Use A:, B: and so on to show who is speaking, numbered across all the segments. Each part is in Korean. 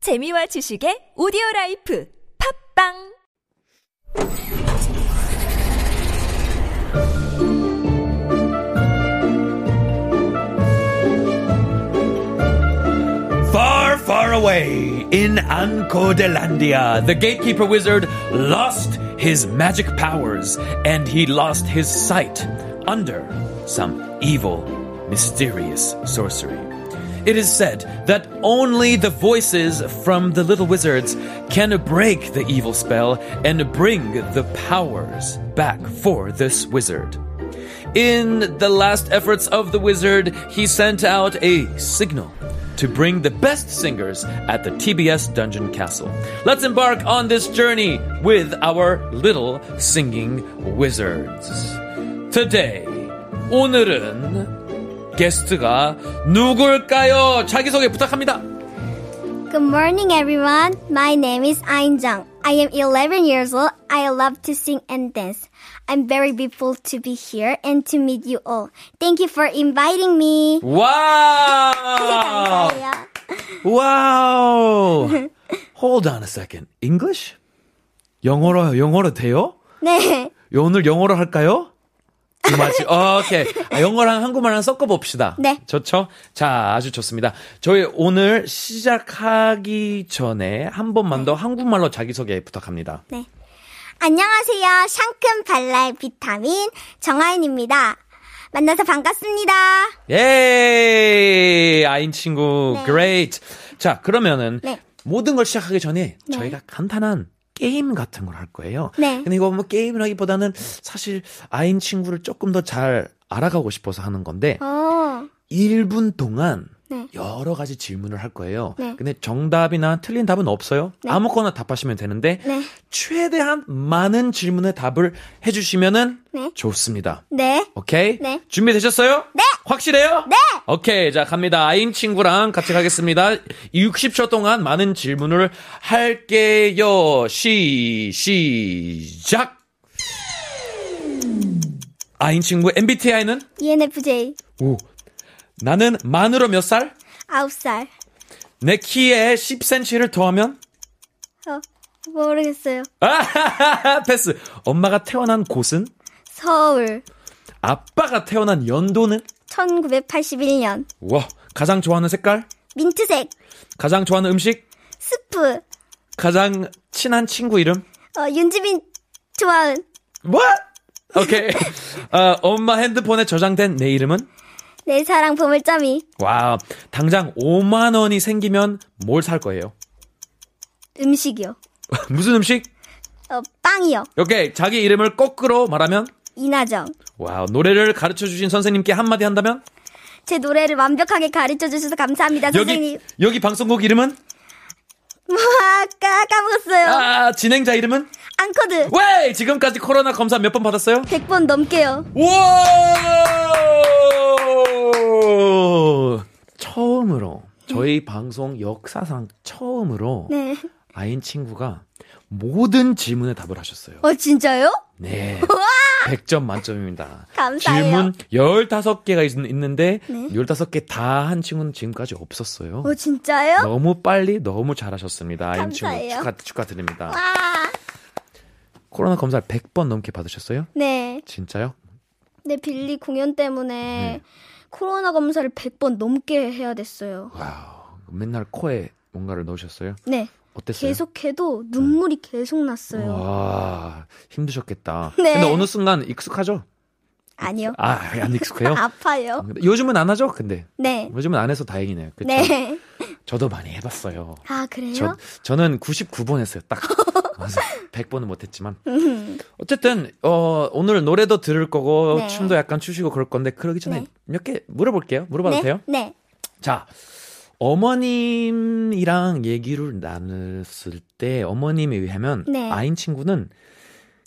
A: 재미와 지식의 오디오 라이프 팝빵
B: Far, far away in Ankodelandia, the gatekeeper wizard lost his magic powers and he lost his sight under some evil, mysterious sorcery. It is said that only the voices from the little wizards can break the evil spell and bring the powers back for this wizard. In the last efforts of the wizard, he sent out a signal to bring the best singers at the TBS Dungeon Castle. Let's embark on this journey with our little singing wizards. Today, 오늘은 게스트가 누굴까요? 자기소개 부탁합니다.
C: Good morning, everyone. My name is Ain Jung. I am 11 years old. I love to sing and dance. I'm very grateful to be here and to meet you all. Thank you for inviting me.
B: Wow!
C: 감사해요.
B: Wow. Hold on a second. English? 영어로 영어로 돼요?
C: 네,
B: 요- 오늘 영어로 할까요? 맞지? 오케이. 아, 영어랑 한국말랑 섞어 봅시다.
C: 네.
B: 좋죠? 자, 아주 좋습니다. 저희 오늘 시작하기 전에 한 번만 더 한국말로 자기소개 부탁합니다.
C: 네. 안녕하세요. 샹큰 발랄 비타민 정하인입니다. 만나서 반갑습니다.
B: 예! 아인 친구, great. 자, 그러면은
C: 네.
B: 모든 걸 시작하기 전에 저희가 간단한 게임 같은 걸 할 거예요.
C: 네.
B: 근데 이거 뭐 게임을 하기보다는 사실 아인 친구를 조금 더 잘 알아가고 싶어서 하는 건데
C: 어,
B: 1분 동안
C: 네.
B: 여러 가지 질문을 할 거예요.
C: 네.
B: 근데 정답이나 틀린 답은 없어요. 아무거나 답하시면 되는데
C: 네.
B: 최대한 많은 질문의 답을 해주시면은
C: 네.
B: 좋습니다.
C: 네.
B: 오케이?
C: 네.
B: 준비되셨어요?
C: 네.
B: 확실해요?
C: 네.
B: 오케이. 자, 갑니다. 아인 친구랑 같이 가겠습니다. 60초 동안 많은 질문을 할게요. 시, 시작. 아인 친구 MBTI는?
C: ENFJ
B: 오. 나는 만으로 몇 살?
C: 9살.
B: 내 키에 10cm를 더하면?
C: 어, 모르겠어요.
B: 아하하하, 패스. 엄마가 태어난 곳은?
C: 서울.
B: 아빠가 태어난 연도는?
C: 1981년.
B: 와, 가장 좋아하는 색깔?
C: 민트색.
B: 가장 좋아하는 음식?
C: 스프.
B: 가장 친한 친구 이름?
C: 어, 윤지민 좋아은
B: What? 오케이. 어, 엄마 핸드폰에 저장된 내 이름은?
C: 내 사랑 보물점이
B: 와, 당장 5만 원이 생기면 뭘 살 거예요?
C: 음식이요.
B: 무슨 음식?
C: 어, 빵이요.
B: 오케이. 자기 이름을 거꾸로 말하면?
C: 이나정.
B: 와, 노래를 가르쳐 주신 선생님께 한마디 한다면?
C: 제 노래를 완벽하게 가르쳐 주셔서 감사합니다,
B: 여기
C: 아, 선생님.
B: 여기 방송국 이름은?
C: 와, 까, 까먹었어요.
B: 아, 진행자 이름은?
C: 앙코드.
B: 왜 지금까지 코로나 검사 몇 번 받았어요?
C: 100번 넘게요.
B: 우와! 처음으로 저희 방송 역사상 처음으로
C: 네.
B: 아인 친구가 모든 질문에 답을 하셨어요.
C: 어, 진짜요?
B: 네.
C: 와!
B: 100점 만점입니다. 질문
C: 감사해요.
B: 15개가 있는데
C: 네.
B: 15개 다 한 친구는 지금까지 없었어요.
C: 어, 진짜요?
B: 너무 빨리 너무 잘하셨습니다. 아인 친구
C: 감사해요.
B: 축하 축하드립니다.
C: 와.
B: 코로나 검사를 100번 넘게 받으셨어요?
C: 네.
B: 진짜요?
C: 내 빌리 공연
B: 네.
C: 때문에 코로나 검사를 100번 넘게 해야 됐어요.
B: 와우. 맨날 코에 뭔가를 넣으셨어요?
C: 네.
B: 어땠어요?
C: 계속해도 눈물이 계속 났어요.
B: 와, 힘드셨겠다.
C: 네.
B: 근데 어느 순간 익숙하죠?
C: 아니요.
B: 아, 안 익숙해요?
C: 아파요.
B: 근데 요즘은 안 하죠? 근데.
C: 네.
B: 요즘은 안 해서 다행이네요. 그쵸?
C: 네.
B: 저도 많이 해봤어요.
C: 아, 그래요?
B: 저, 저는 99번 했어요, 딱. 그래서 100번은 못했지만.
C: 음.
B: 어쨌든, 어, 오늘 노래도 들을 거고,
C: 네.
B: 춤도 약간 추시고 그럴 건데, 그러기 전에
C: 네.
B: 몇 개 물어볼게요. 물어봐도
C: 네?
B: 돼요?
C: 네.
B: 자, 어머님이랑 얘기를 나눴을 때 어머님에 의하면
C: 네.
B: 아인 친구는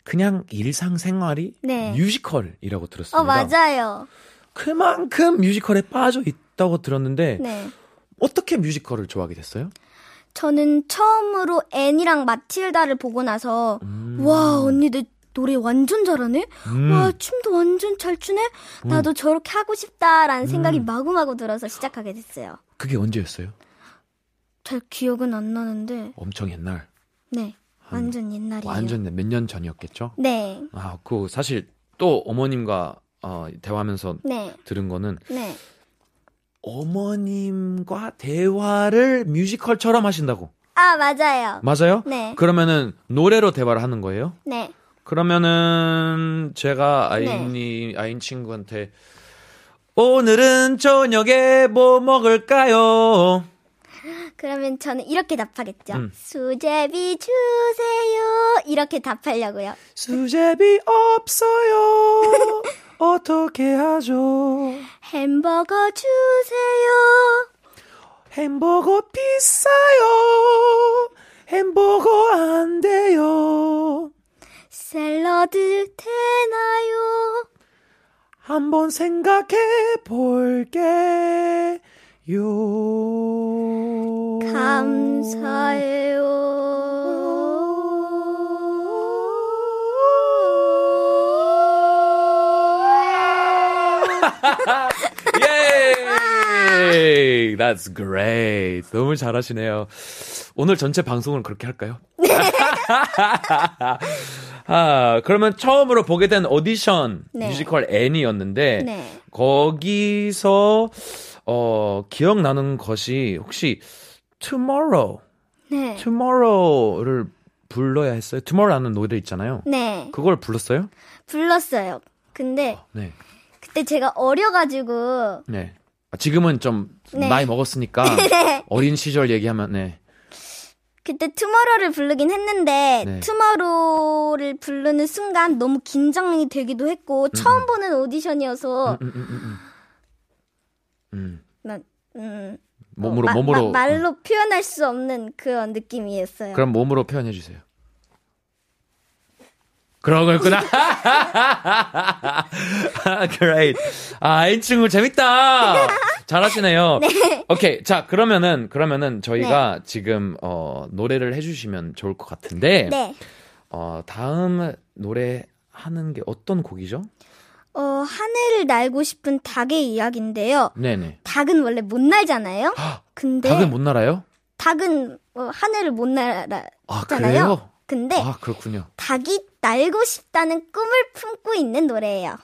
B: 그냥 일상생활이
C: 네.
B: 뮤지컬이라고 들었습니다.
C: 어, 맞아요.
B: 그만큼 뮤지컬에 빠져 있다고 들었는데
C: 네.
B: 어떻게 뮤지컬을 좋아하게 됐어요?
C: 저는 처음으로 앤이랑 마틸다를 보고 나서
B: 음.
C: 와, 언니 내 노래 완전 잘하네?
B: 음.
C: 와, 춤도 완전 잘 추네? 나도 저렇게
B: 음.
C: 하고 싶다라는 생각이 마구마구 들어서 시작하게 됐어요.
B: 그게 언제였어요?
C: 잘 기억은 안 나는데.
B: 엄청 옛날.
C: 네. 완전 옛날이에요.
B: 음. 완전 몇 년 전이었겠죠?
C: 네.
B: 아, 그 사실 또 어머님과 어, 대화하면서
C: 네.
B: 들은 거는
C: 네.
B: 어머님과 대화를 뮤지컬처럼 하신다고.
C: 아, 맞아요.
B: 맞아요?
C: 네.
B: 음. 그러면은 노래로 대화를 하는 거예요?
C: 네.
B: 그러면은 제가 아이님 아인 친구한테 오늘은 저녁에 뭐 먹을까요?
C: 그러면 저는 이렇게 답하겠죠.
B: 음.
C: 수제비 주세요. 이렇게 답하려고요.
B: 수제비 없어요. 어떻게 하죠?
C: 햄버거 주세요.
B: 햄버거 비싸요. 햄버거 안 돼요.
C: 샐러드 되나요?
B: 한번 생각해 볼게요.
C: 감사해요.
B: Yay! That's great. 너무 잘하시네요. 오늘 전체 방송을 그렇게 할까요? 아, 그러면 처음으로 보게 된 오디션
C: 네.
B: 뮤지컬 N이었는데
C: 네.
B: 거기서 어, 기억나는 것이 혹시 Tomorrow,
C: 네.
B: Tomorrow를 불러야 했어요. Tomorrow라는 노래 있잖아요.
C: 네.
B: 그걸 불렀어요?
C: 불렀어요. 근데
B: 네.
C: 그때 제가 어려가지고
B: 네. 아, 지금은 좀
C: 네.
B: 나이 먹었으니까
C: 네.
B: 어린 시절 얘기하면 네.
C: 그때 투머로를 부르긴 했는데
B: 네.
C: 투머로를 부르는 순간 너무 긴장이 되기도 했고 처음 보는 오디션이어서
B: 음, 음, 음, 음. 음.
C: 막, 음,
B: 몸으로
C: 마-
B: 몸으로
C: 마- 말로 표현할 수 없는 그런 느낌이었어요.
B: 그럼 몸으로 표현해 주세요. 그런 거였구나. Great. 아, 이 친구 재밌다. 잘하시네요. 오케이. 자, 그러면은 그러면은
C: 네.
B: 저희가 지금 어 노래를 해 주시면 좋을 것 같은데
C: 네.
B: 어 다음 노래 하는 게 어떤 곡이죠?
C: 어, 하늘을 날고 싶은 닭의 이야기인데요.
B: 네, 네.
C: 닭은 원래 못 날잖아요. 근데
B: 닭은 못 날아요?
C: 닭은, 어, 하늘을 못 날잖아요. 네.
B: 아, 그래요?
C: 근데
B: 아, 그렇군요.
C: 닭이 날고 싶다는 꿈을 품고 있는 노래예요.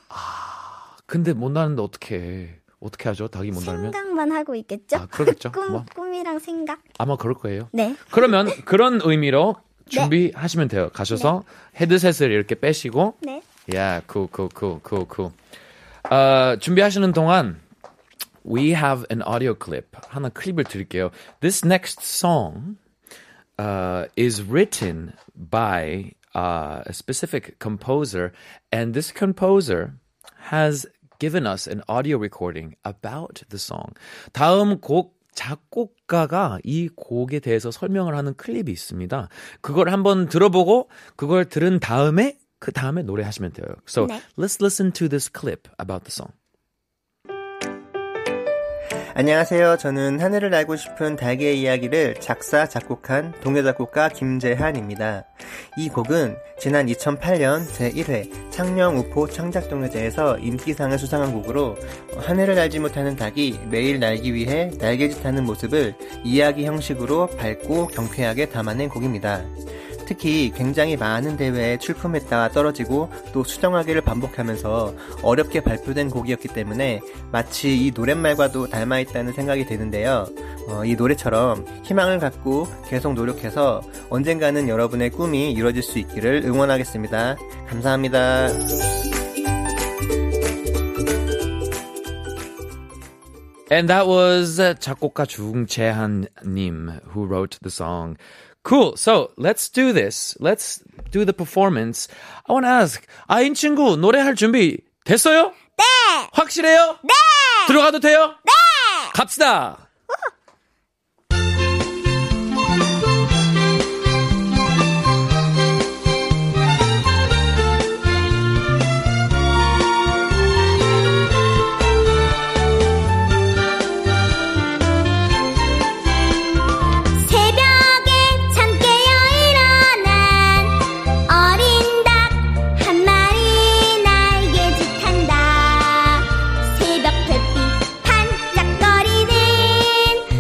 B: 근데 못 나는데 어떻게 해? 어떻게 하죠? 닭이 못 날면?
C: 생각만 하고 있겠죠?
B: 아, 그러겠죠.
C: 꿈,
B: 뭐.
C: 꿈이랑 생각.
B: 아마 그럴 거예요.
C: 네.
B: 그러면 그런 의미로 준비하시면 돼요. 가셔서 헤드셋을 이렇게 빼시고
C: 네.
B: 야, 그, 쿠쿠쿠쿠쿠. 어, 그. 준비하시는 동안 we have an audio clip. 하나 클립을 드릴게요. This next song uh, is written by uh, a specific composer, and this composer has given us an audio recording about the song. 다음 곡 작곡가가 이 곡에 대해서 설명을 하는 클립이 있습니다. 그걸 한번 들어보고 그걸 들은 다음에 그 다음에 노래하시면 돼요. So
C: 네.
B: let's listen to this clip about the song.
D: 안녕하세요. 저는 하늘을 날고 싶은 닭의 이야기를 작사, 작곡한 동요 작곡가 김재한입니다. 이 곡은 지난 2008년 제1회 창녕 우포 창작동요제에서 인기상을 수상한 곡으로 하늘을 날지 못하는 닭이 매일 날기 위해 날개짓 하는 모습을 이야기 형식으로 밝고 경쾌하게 담아낸 곡입니다. 특히 굉장히 많은 대회에 출품했다가 떨어지고 또 수정하기를 반복하면서 어렵게 발표된 곡이었기 때문에 마치 이 노랫말과도 닮아있다는 생각이 드는데요. 어, 이 노래처럼 희망을 갖고 계속 노력해서 언젠가는 여러분의 꿈이 이루어질 수 있기를 응원하겠습니다. 감사합니다.
B: And that was uh, 작곡가 중재한 님 who wrote the song. Cool. So let's do this. Let's do the performance. I want to ask, 아인 친구 노래할 준비 됐어요? 네. 확실해요? 네. 들어가도 돼요? 네. 갑시다.
E: 새벽에 잠 깨어 일어난 어린 닭 한 마리 날개짓한다 새벽 햇빛 반짝거리는 그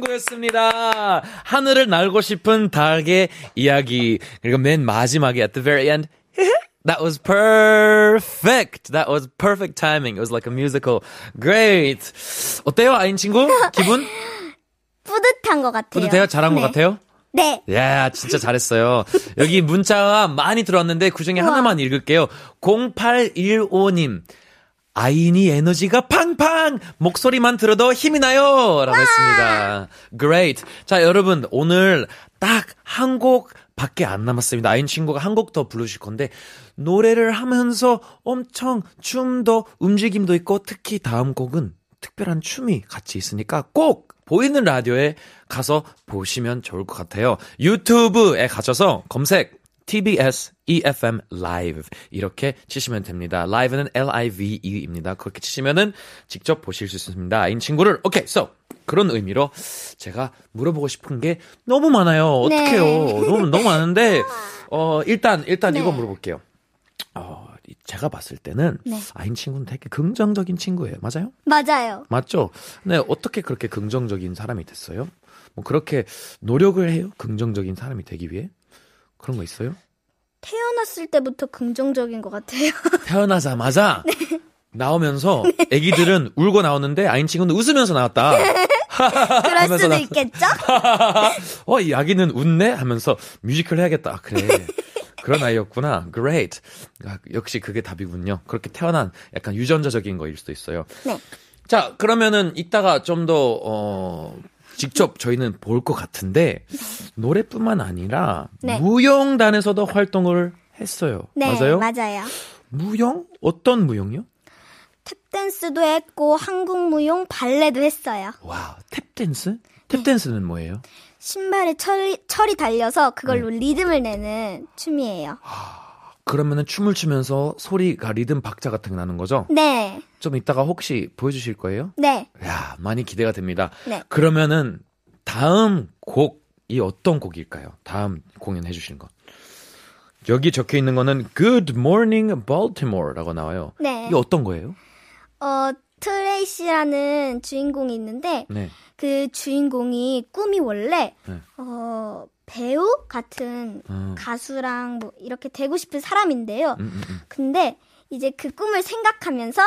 B: 맞습니다. 하늘을 날고 싶은 닭의 이야기. 그리고 맨 마지막에 at the very end. That was perfect. That was perfect timing. It was like a musical. Great. 어때요, 아인 친구? 기분?
C: 뿌듯한 것 같아요.
B: 뿌듯해요? 잘한
C: 네.
B: 것 같아요?
C: 네.
B: 야, 진짜 잘했어요. 여기 문자가 많이 들어왔는데 그중에 하나만 읽을게요. 0815님. 아이니 에너지가 팡팡! 목소리만 들어도 힘이 나요! 라고 했습니다. Great. 자, 여러분, 오늘 딱 한 곡 밖에 안 남았습니다. 아인 친구가 한 곡 더 부르실 건데, 노래를 하면서 엄청 춤도 움직임도 있고, 특히 다음 곡은 특별한 춤이 같이 있으니까 꼭 보이는 라디오에 가서 보시면 좋을 것 같아요. 유튜브에 가셔서 검색 TBS EFM Live 이렇게 치시면 됩니다. Live는 L-I-V-E입니다. 그렇게 치시면은 직접 보실 수 있습니다. 인 친구를 오케이, so 그런 의미로 제가 물어보고 싶은 게 너무 많아요. 어떡해요?
C: 네.
B: 너무 너무 많은데 어 일단 일단
C: 네.
B: 이거 물어볼게요. 어, 이- 제가 봤을 때는
C: 네.
B: 아인 친구는 되게 긍정적인 친구예요. 맞아요?
C: 맞아요.
B: 맞죠? 네, 어떻게 그렇게 긍정적인 사람이 됐어요? 뭐 그렇게 노력을 해요? 긍정적인 사람이 되기 위해? 그런 거 있어요?
C: 태어났을 때부터 긍정적인 것 같아요.
B: 태어나자마자 나오면서 아기들은 울고 나오는데 아인 친구는 웃으면서 나왔다.
C: 그럴
B: 하면서
C: 수도
B: 나-
C: 있겠죠?
B: 어, 이 아기는 웃네? 하면서 뮤지컬 해야겠다. 아, 그래. 그런 아이였구나. Great. 아, 역시 그게 답이군요. 그렇게 태어난 약간 유전자적인 거일 수도 있어요.
C: 네.
B: 자, 그러면은 이따가 좀 더, 어, 직접 저희는 볼 것 같은데, 노래뿐만 아니라,
C: 네.
B: 무용단에서도 활동을 했어요.
C: 네,
B: 맞아요?
C: 맞아요.
B: 무용? 어떤 무용이요?
C: 탭댄스도 했고 한국 무용 발레도 했어요.
B: 와, 탭댄스? 탭댄스는 뭐예요?
C: 신발에 철이, 철이 달려서 그걸로
B: 네.
C: 리듬을 내는 춤이에요.
B: 그러면은 춤을 추면서 소리가 리듬 박자 같은 게 나는 거죠?
C: 네,
B: 좀 이따가 혹시 보여주실 거예요?
C: 네.
B: 야, 많이 기대가 됩니다.
C: 네.
B: 그러면은 다음 곡이 어떤 곡일까요? 다음 공연해 주시는 거. 여기 적혀 있는 거는 Good Morning Baltimore라고 나와요.
C: 네.
B: 이게 어떤 거예요?
C: 어, 트레이시라는 주인공이 있는데
B: 네.
C: 그 주인공이 꿈이 원래
B: 네.
C: 어, 배우 같은
B: 음.
C: 가수랑 뭐 이렇게 되고 싶은 사람인데요.
B: 음, 음, 음.
C: 근데 이제 그 꿈을 생각하면서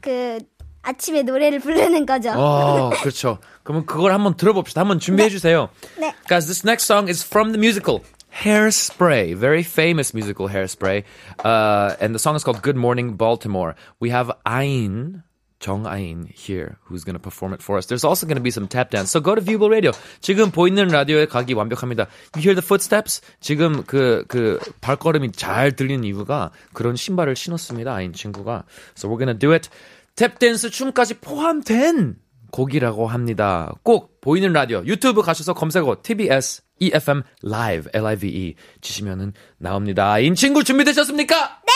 C: 그 아침에 노래를 부르는 거죠.
B: 어, 그렇죠. 그러면 그걸 한번 들어봅시다. 한번 준비해 주세요.
C: 네.
B: Guys, this next song is from the musical Hairspray, very famous musical Hairspray. Uh, and the song is called Good Morning Baltimore. We have Ayn, Jong Ayn here, who's going to perform it for us. There's also going to be some tap dance. So go to Viewable Radio. 지금 보이는 라디오의 각이 완벽합니다. You hear the footsteps? 지금 그, 그 발걸음이 잘 들리는 이유가 그런 신발을 신었습니다. 아인 친구가. So we're going to do it. 탭댄스 춤까지 포함된 곡이라고 합니다. 꼭 보이는 라디오 유튜브 가셔서 검색어 TBS EFM E Live L-I-V-E E 치시면은 나옵니다. 인 친구 준비되셨습니까? 네.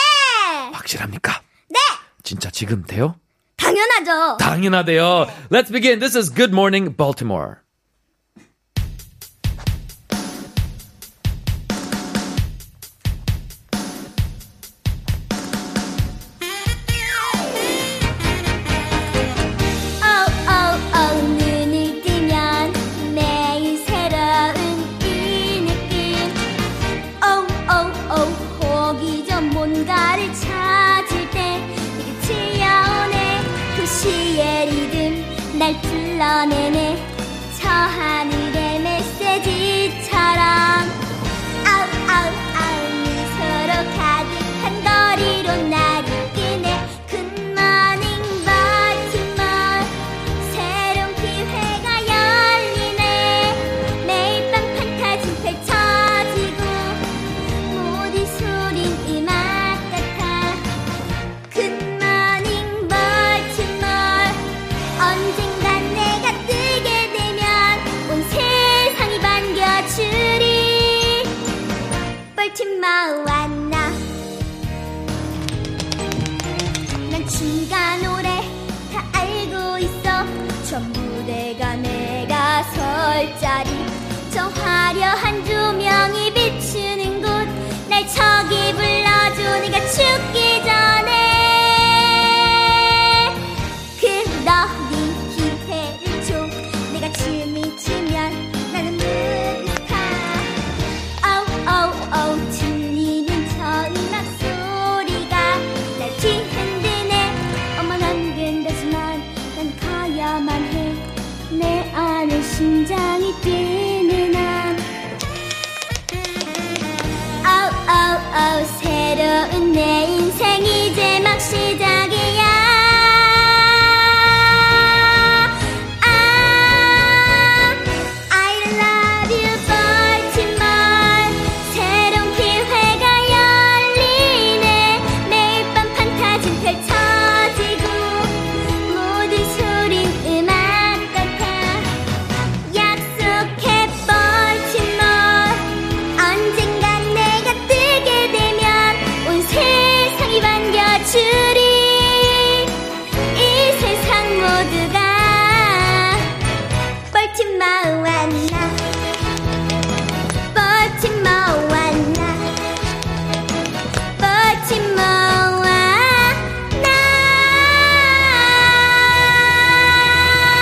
B: 확실합니까? 네. 진짜 지금 돼요?
C: 당연하죠.
B: 당연하대요. Let's begin. This is Good Morning Baltimore.
E: 오오오 눈을 뜨면 매일 새로운 이 느낌 오오오 호기전 뭔가를 찾을 때 이게 튀어오네 그 도시의 리듬 날 불러내네 저 하늘의 메시지처럼 아우 아우 아우 미소로 가득한 거리로 날 이끄네 굿모닝 버티머 새로운 기회가 열리네 매일 밤 판타지 펼쳐지고 모든 소린 이맛 같아 굿모닝 버티머 언젠간 내가 뜨게 되면 온 세상이 반겨주리 벌침마 왔나 난 춤과 노래 다 알고 있어 저 무대가 내가 설 자리 저 화려한 조명이 비추는 곳 날 저기 불러줘 네가 춥기 전에 그 너의 기회를 네 줘 내가 지 심장이 뛰는 한 오오오 새로운 내 인생 이제 막 시작이야 아 I love you Baltimore 새로운 기회가 열리네 매일 밤 판타진 펼쳐지고 모든 소린 음악 같아 약속해 볼지몰 뭐. 언젠간 내가 뜨게 되면 온 세상이 반겨주리 이 세상 모두가 뻘쭘 마왔나 뻘쭘 마왔나 뻘쭘 마왔나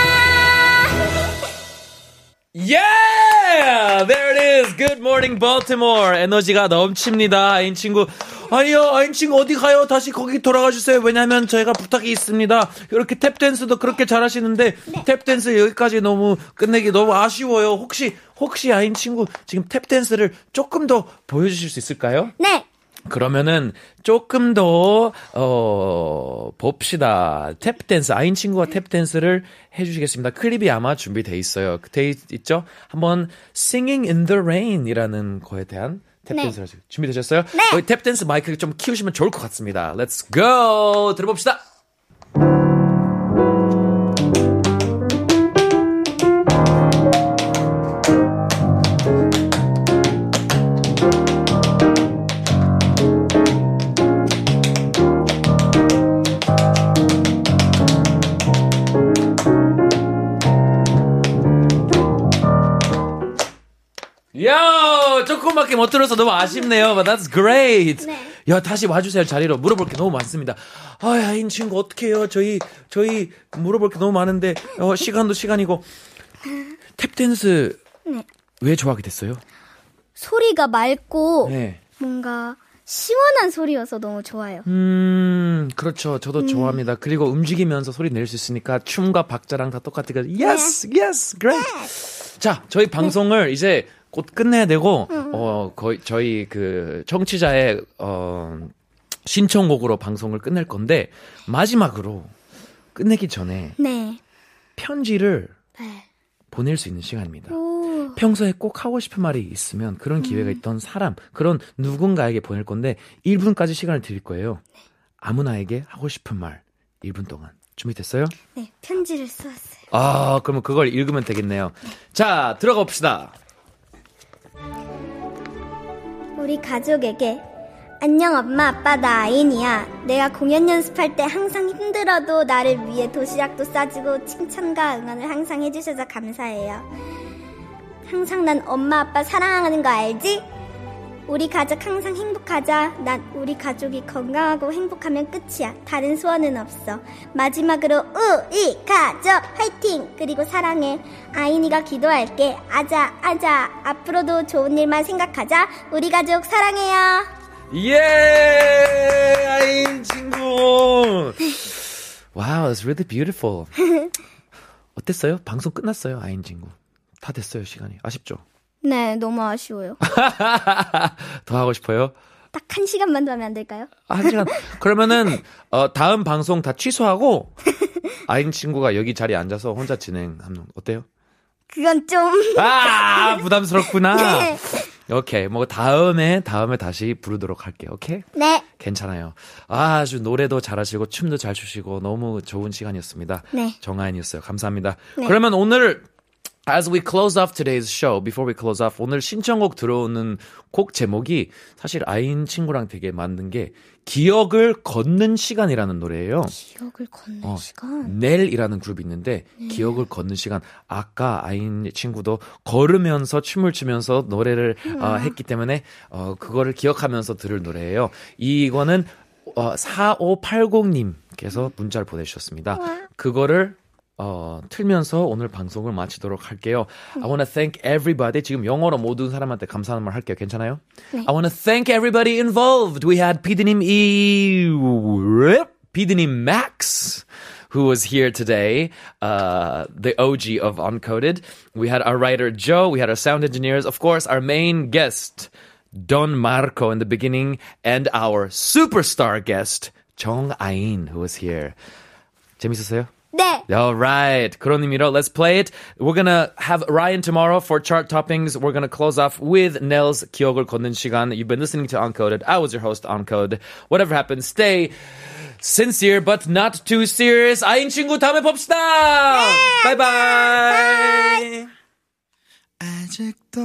B: Yeah! There it is. Good morning, Baltimore. 에너지가 넘칩니다. 아인 친구. 아니요, 아인 친구 어디 가요? 다시 거기 돌아가 주세요. 왜냐면 저희가 부탁이 있습니다. 이렇게 탭댄스도 그렇게 잘하시는데 탭댄스 여기까지 너무 끝내기 너무 아쉬워요. 혹시 혹시 아인 친구 지금 탭댄스를 조금 더 보여주실 수 있을까요?
C: 네.
B: 그러면은 조금 더 어, 봅시다. 탭 댄스 아인 친구가 탭 댄스를 해 주시겠습니다. 클립이 아마 준비돼 있어요. 돼 있- 있죠? 한번 Singing in the Rain이라는 거에 대한 탭
C: 네.
B: 댄스를 하시- 준비되셨어요?
C: 네.
B: 거기 탭 댄스 마이크를 좀 키우시면 좋을 것 같습니다. Let's go. 들어봅시다. 야, 조금밖에 못 들어서 너무 아쉽네요. But that's great. 야, 다시 와주세요 자리로 물어볼 게 너무 많습니다. 아, 야인 친구 어떡해요? 저희 저희 물어볼 게 너무 많은데 어, 시간도 시간이고 탭 댄스 왜 좋아하게 됐어요?
C: 소리가 맑고
B: 네.
C: 뭔가 시원한 소리여서 너무 좋아요.
B: 음, 그렇죠. 저도 좋아합니다. 그리고 움직이면서 소리 낼 수 있으니까 춤과 박자랑 다 똑같으니까 yes, yes, great. 자, 저희 방송을 이제 곧 끝내야 되고 어 거의 저희 그 청취자의 어 신청곡으로 방송을 끝낼 건데 마지막으로 끝내기 전에
C: 네.
B: 편지를
C: 네.
B: 보낼 수 있는 시간입니다.
C: 오. 음.
B: 평소에 꼭 하고 싶은 말이 있으면 그런 기회가 있던 사람, 그런 누군가에게 보낼 건데 1분까지 시간을 드릴 거예요.
C: 네.
B: 아무나에게 하고 싶은 말 1분 동안 준비됐어요?
C: 네. 편지를 써왔어요.
B: 아, 그러면 그걸 읽으면 되겠네요. 자, 들어가 봅시다.
C: 우리 가족에게 안녕 엄마 아빠 나 아인이야. 내가 공연 연습할 때 항상 힘들어도 나를 위해 도시락도 싸주고 칭찬과 응원을 항상 해주셔서 감사해요. 항상 난 엄마 아빠 사랑하는 거 알지? 우리 가족 항상 행복하자. 난 우리 가족이 건강하고 행복하면 끝이야. 다른 소원은 없어. 마지막으로 우리 가족 화이팅! 그리고 사랑해. 아인이가 기도할게. 아자 아자. 앞으로도 좋은 일만 생각하자. 우리 가족 사랑해요.
B: 예! 아인 친구! 와우, wow, it's really beautiful. 어땠어요? 방송 끝났어요, 아인 친구. 다 됐어요, 시간이. 아쉽죠?
C: 네, 너무 아쉬워요.
B: 더 하고 싶어요? 아,
C: 딱 한 시간만 더 하면 안 될까요?
B: 한 시간. 그러면은 어, 다음 방송 다 취소하고 아인 친구가 여기 자리에 앉아서 혼자 진행하면 어때요?
C: 그건 좀
B: 아 부담스럽구나.
C: 네.
B: 오케이 뭐 다음에 다음에 다시 부르도록 할게요. 오케이
C: 네.
B: 괜찮아요. 아주 노래도 잘하시고 춤도 잘 추시고 너무 좋은 시간이었습니다.
C: 네.
B: 정아인이었어요. 감사합니다. 그러면 오늘 As we close off today's show, before we close off, 오늘 신청곡 들어오는 곡 제목이 사실 아인 친구랑 되게 맞는 게 기억을 걷는 시간이라는 노래예요.
C: 기억을 걷는
B: 어,
C: 시간.
B: 넬이라는 그룹이 있는데 기억을 걷는 시간. 아까 아인 친구도 걸으면서 춤을 추면서 노래를 어, 했기 때문에 어, 그거를 기억하면서 들을 노래예요. 이거는 어, 4580님께서 문자를 보내주셨습니다. 그거를 어, 틀면서 오늘 방송을 마치도록 할게요. I wanna thank everybody. 지금 영어로 모든 사람한테 감사하는 말 할게요. 괜찮아요? I wanna thank everybody involved. We had 피디님 이, 피디님 Max. who was here today, uh, the OG of Uncoded. We had our writer Joe, we had our sound engineers, of course, our main guest, Don Marco, in the beginning, and our superstar guest, Chong Ain, who was here. 재밌었어요?
C: 네.
B: All right. 그런 의미로 let's play it. We're gonna have Ryan tomorrow for chart toppings. We're gonna close off with Nels 기억을 걷는 시간. You've been listening to Uncoded. I was your host, Uncode. Whatever happens, stay sincere but not too serious. 아인 친구 다음에 봅시다. bye bye.
F: 아직도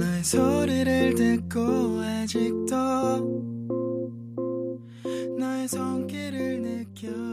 F: 너의 소리를 듣고 아직도 너의 손길을 느껴